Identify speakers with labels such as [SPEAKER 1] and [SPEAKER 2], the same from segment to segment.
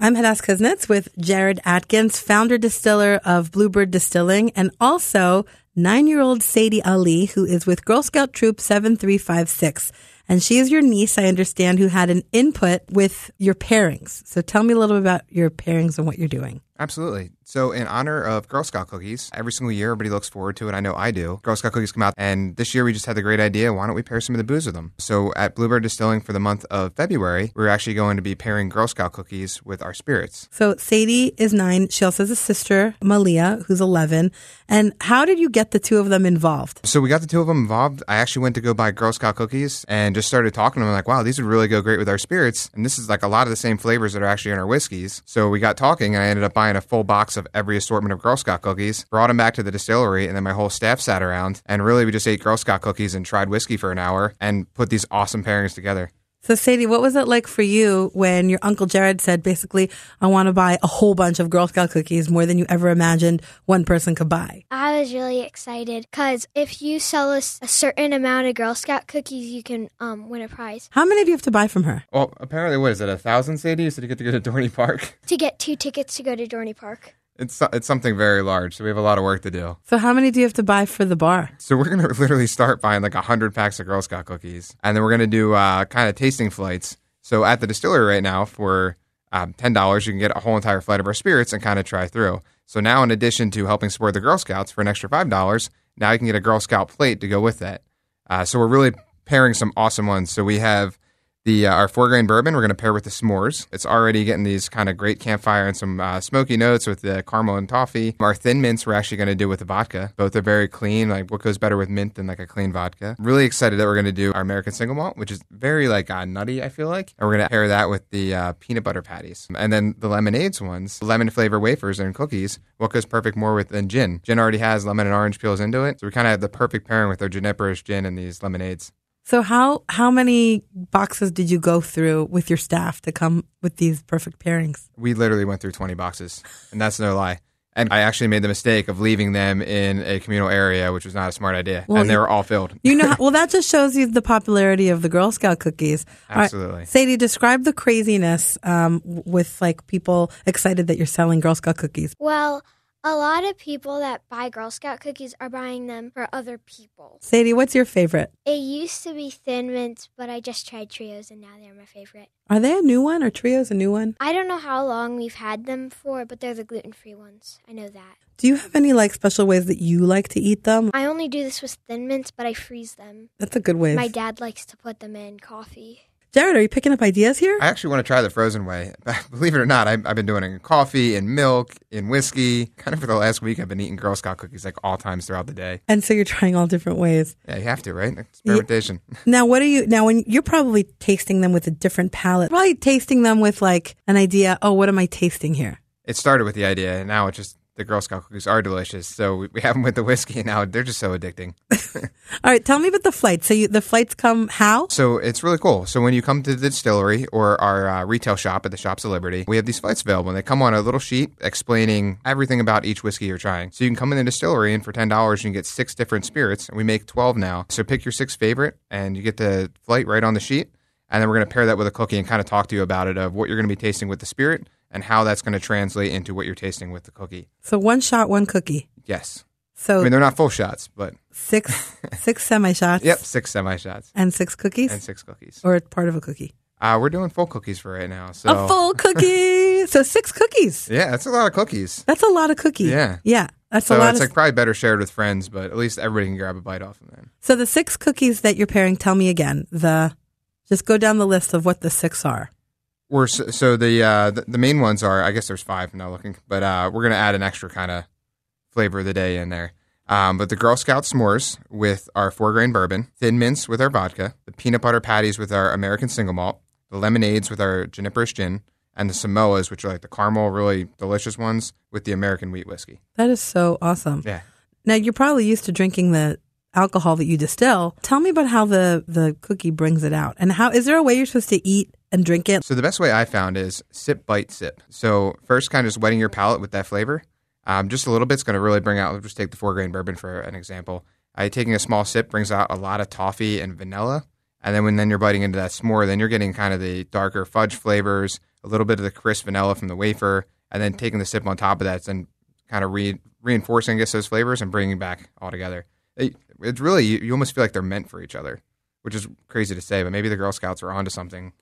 [SPEAKER 1] I'm Hadass Kuznets with Jared Atkins, founder distiller of Bluebird Distilling, and also nine year old Sadie Ali, who is with Girl Scout Troop 7356. And she is your niece, I understand, who had an input with your pairings. So tell me a little bit about your pairings and what you're doing.
[SPEAKER 2] Absolutely. So, in honor of Girl Scout cookies, every single year everybody looks forward to it. I know I do. Girl Scout cookies come out, and this year we just had the great idea why don't we pair some of the booze with them? So, at Bluebird Distilling for the month of February, we're actually going to be pairing Girl Scout cookies with our spirits.
[SPEAKER 1] So Sadie is nine. She also has a sister, Malia, who's 11. And how did you get the two of them involved?
[SPEAKER 2] So, we got the two of them involved. I actually went to go buy Girl Scout cookies and just started talking to them like, wow, these would really go great with our spirits. And this is like a lot of the same flavors that are actually in our whiskeys. So, we got talking, and I ended up buying a full box of every assortment of Girl Scout cookies, brought them back to the distillery, and then my whole staff sat around. And really, we just ate Girl Scout cookies and tried whiskey for an hour and put these awesome pairings together.
[SPEAKER 1] So, Sadie, what was it like for you when your Uncle Jared said, basically, I want to buy a whole bunch of Girl Scout cookies, more than you ever imagined one person could buy?
[SPEAKER 3] I was really excited because if you sell us a certain amount of Girl Scout cookies, you can um, win a prize
[SPEAKER 1] How many do you have to buy from her?
[SPEAKER 2] Well, apparently, what is it, a thousand, Sadie? You said you get to go to Dorney Park?
[SPEAKER 3] to get two tickets to go to Dorney Park.
[SPEAKER 2] It's, it's something very large, so we have a lot of work to do.
[SPEAKER 1] So, how many do you have to buy for the bar?
[SPEAKER 2] So we're gonna literally start buying like hundred packs of Girl Scout cookies, and then we're gonna do uh, kind of tasting flights. So at the distillery right now, for um, ten dollars, you can get a whole entire flight of our spirits and kind of try through. So now, in addition to helping support the Girl Scouts for an extra five dollars, now you can get a Girl Scout plate to go with that. Uh, so we're really pairing some awesome ones. So we have the uh, our four grain bourbon. We're gonna pair with the s'mores. It's already getting these kind of great campfire and some uh, smoky notes with the caramel and toffee. Our thin mints we're actually gonna do with the vodka. Both are very clean. Like what goes better with mint than like a clean vodka? Really excited that we're gonna do our American single malt, which is very like uh, nutty. I feel like, and we're gonna pair that with the uh, peanut butter patties, and then the lemonades ones, lemon flavor wafers and cookies. What goes perfect more with than gin? Gin already has lemon and orange peels into it, so we kind of have the perfect pairing with our Gineperish gin and these lemonades.
[SPEAKER 1] So, how, how many boxes did you go through with your staff to come with these perfect pairings?
[SPEAKER 2] we literally went through 20 boxes, and that's no lie. And I actually made the mistake of leaving them in a communal area, which was not a smart idea.
[SPEAKER 1] Well,
[SPEAKER 2] and they
[SPEAKER 1] you-
[SPEAKER 2] were all filled.
[SPEAKER 1] You know, how- well, that just shows you the popularity of the Girl Scout cookies. All right,
[SPEAKER 2] Absolutely.
[SPEAKER 1] Sadie, describe the craziness um, w- with like people excited that you're selling Girl Scout cookies.
[SPEAKER 3] Well, a lot of people that buy Girl Scout cookies are buying them for other people.
[SPEAKER 1] Sadie, what's your favorite?
[SPEAKER 3] It used to be Thin Mints, but I just tried Trios and now they're my favorite.
[SPEAKER 1] Are they a new one or Trio's a new one?
[SPEAKER 3] I don't know how long we've had them for, but they're the gluten free ones. I know that.
[SPEAKER 1] Do you have any like special ways that you like to eat them?
[SPEAKER 3] I only do this with Thin Mints, but I freeze them.
[SPEAKER 1] That's a good way.
[SPEAKER 3] My dad likes to put them in coffee.
[SPEAKER 1] Jared, are you picking up ideas here?
[SPEAKER 2] I actually want to try the frozen way. Believe it or not, I, I've been doing it in coffee, in milk, in whiskey. Kind of for the last week, I've been eating Girl Scout cookies like all times throughout the day.
[SPEAKER 1] and so you're trying all different ways.
[SPEAKER 2] Yeah, you have to, right? Experimentation.
[SPEAKER 1] Now, what are you now when you're probably tasting them with a different palate? Probably tasting them with like an idea, oh, what am I tasting here?
[SPEAKER 2] It started with the idea, and now it's just the Girl Scout cookies are delicious. So we, we have them with the whiskey, and now they're just so addicting.
[SPEAKER 1] All right, tell me about the flights. So you, the flights come how?
[SPEAKER 2] So it's really cool. So when you come to the distillery or our uh, retail shop at the Shops of Liberty, we have these flights available, and they come on a little sheet explaining everything about each whiskey you're trying. So you can come in the distillery, and for ten dollars, you can get six different spirits, and we make twelve now. So pick your six favorite, and you get the flight right on the sheet. And then we're going to pair that with a cookie and kind of talk to you about it of what you're going to be tasting with the spirit and how that's going to translate into what you're tasting with the cookie.
[SPEAKER 1] So one shot, one cookie.
[SPEAKER 2] Yes. I
[SPEAKER 1] So
[SPEAKER 2] mean, they're not full shots, but
[SPEAKER 1] six six semi shots.
[SPEAKER 2] yep, six semi shots
[SPEAKER 1] And six cookies
[SPEAKER 2] and six cookies.
[SPEAKER 1] or part of a cookie.
[SPEAKER 2] Uh, we're doing full cookies for right now. So
[SPEAKER 1] A full cookie. so six cookies.
[SPEAKER 2] Yeah, that's a lot of cookies.
[SPEAKER 1] That's a lot of cookie.
[SPEAKER 2] Yeah.
[SPEAKER 1] Yeah. That's a
[SPEAKER 2] so
[SPEAKER 1] lot
[SPEAKER 2] it's
[SPEAKER 1] of
[SPEAKER 2] like probably better shared with friends, but at least everybody can grab a bite off of them.
[SPEAKER 1] So the six cookies that you're pairing, tell me again. The just go down the list of what the six are.
[SPEAKER 2] We're so, so the, uh, the the main ones are I guess there's five now looking, but uh, we're gonna add an extra kind of flavor of the day in there. Um, but the Girl Scout s'mores with our four grain bourbon, thin mints with our vodka, the peanut butter patties with our American single malt, the lemonades with our Giniperish gin, and the Samoas, which are like the caramel, really delicious ones, with the American wheat whiskey.
[SPEAKER 1] That is so awesome.
[SPEAKER 2] Yeah.
[SPEAKER 1] Now you're probably used to drinking the alcohol that you distill. Tell me about how the the cookie brings it out, and how is there a way you're supposed to eat and drink it?
[SPEAKER 2] So the best way I found is sip, bite, sip. So first, kind of just wetting your palate with that flavor. Um, just a little bit's going to really bring out. I'll just take the four grain bourbon for an example. Uh, taking a small sip brings out a lot of toffee and vanilla, and then when then you're biting into that s'more, then you're getting kind of the darker fudge flavors, a little bit of the crisp vanilla from the wafer, and then taking the sip on top of that, then kind of re- reinforcing I guess those flavors and bringing back all together. It, it's really you, you almost feel like they're meant for each other, which is crazy to say, but maybe the Girl Scouts were onto something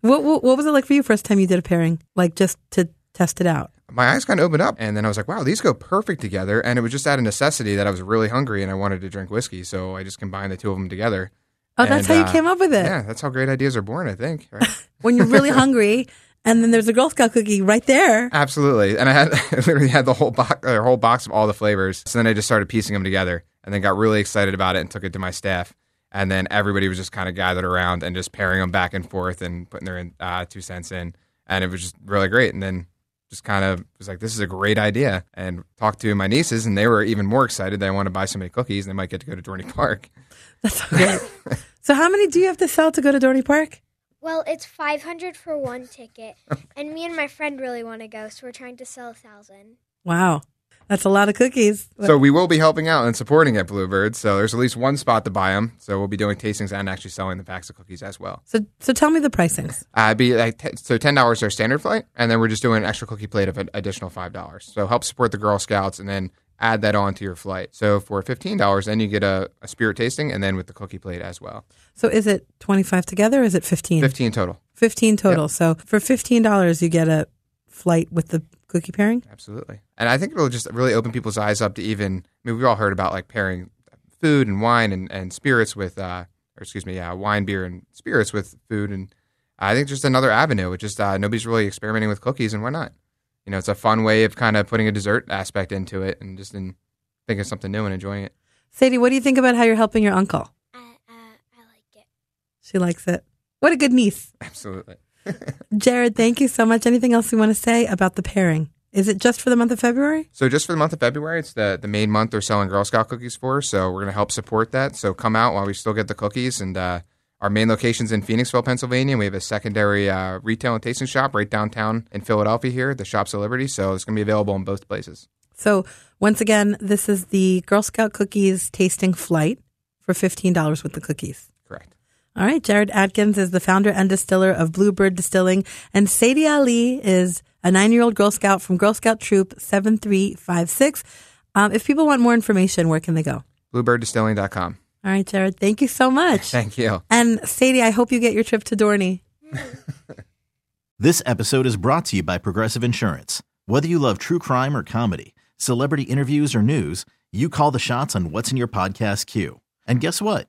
[SPEAKER 1] What what, what was it like for you first time you did a pairing, like just to test it out?
[SPEAKER 2] my eyes kind of opened up and then i was like wow these go perfect together and it was just out of necessity that i was really hungry and i wanted to drink whiskey so i just combined the two of them together
[SPEAKER 1] Oh, that's
[SPEAKER 2] And,
[SPEAKER 1] how you
[SPEAKER 2] uh,
[SPEAKER 1] came up with it.
[SPEAKER 2] yeah that's how great ideas are born i think right?
[SPEAKER 1] When you're really hungry, and then there's a Girl Scout cookie right there.
[SPEAKER 2] absolutely and i had I literally had the whole box or whole box of all the flavors so then i just started piecing them together and then got really excited about it and took it to my staff and then everybody was just kind of gathered around and just pairing them back and forth and putting their uh, two cents in and it was just really great and then just kind of was like, this is a great idea. And talked to my nieces, and they were even more excited. They want to buy so many cookies, and they might get to go to Dorney Park.
[SPEAKER 1] That's so good. so how many do you have to sell to go to Dorney Park?
[SPEAKER 3] Well, it's 500 for one ticket, and me and my friend really want to go, so we're trying to sell a thousand.
[SPEAKER 1] Wow, that's a lot of cookies.
[SPEAKER 2] So we will be helping out and supporting at Bluebird. So there's at least one spot to buy them. So we'll be doing tastings and actually selling the packs of cookies as well.
[SPEAKER 1] So so tell me the pricings.
[SPEAKER 2] Uh, it'd be like t- so ten dollars our standard flight, and then we're just doing an extra cookie plate of an additional five dollars. So help support the Girl Scouts, and then add that on to your flight. So for fifteen dollars, then you get a, a spirit tasting, and then with the cookie plate as well.
[SPEAKER 1] So is it 25 together? Or is it 15? 15,
[SPEAKER 2] Fifteen total.
[SPEAKER 1] total. So for $15, you get a flight with the cookie pairing.
[SPEAKER 2] Absolutely. And I think it'll just really open people's eyes up to even, I mean, we've all heard about like pairing food and wine and, and spirits with, uh, or excuse me, yeah, wine, beer, and spirits with food. And I think just another avenue, which just uh, nobody's really experimenting with cookies and why not? You know, it's a fun way of kind of putting a dessert aspect into it and just in thinking something new and enjoying it.
[SPEAKER 1] Sadie, what do you think about how you're helping your uncle?
[SPEAKER 3] I, uh, I like it.
[SPEAKER 1] She likes it. What a good niece.
[SPEAKER 2] Absolutely.
[SPEAKER 1] Jared, thank you so much. Anything else you want to say about the pairing? Is it just for the month of February?
[SPEAKER 2] So just for the month of February, it's the, the main month they're selling Girl Scout cookies for. So we're going to help support that. So come out while we still get the cookies. And uh, our main location's in Phoenixville, Pennsylvania. We have a secondary uh, retail and tasting shop right downtown in Philadelphia here, the Shops of Liberty. So it's going to be available in both places.
[SPEAKER 1] So, once again, this is the Girl Scout cookies tasting flight for $15 with the cookies.
[SPEAKER 2] Correct.
[SPEAKER 1] All right. Jared Atkins is the founder and distiller of Bluebird Distilling. And Sadie Ali is a nine year old Girl Scout from Girl Scout Troop 7356. Um, if people want more information, where can they go?
[SPEAKER 2] BluebirdDistilling.com.
[SPEAKER 1] All right, Jared. Thank you so much.
[SPEAKER 2] Thank you.
[SPEAKER 1] And Sadie, I hope you get your trip to Dorney.
[SPEAKER 4] This episode is brought to you by Progressive Insurance. Whether you love true crime or comedy, celebrity interviews or news, you call the shots on what's in your podcast queue. And guess what?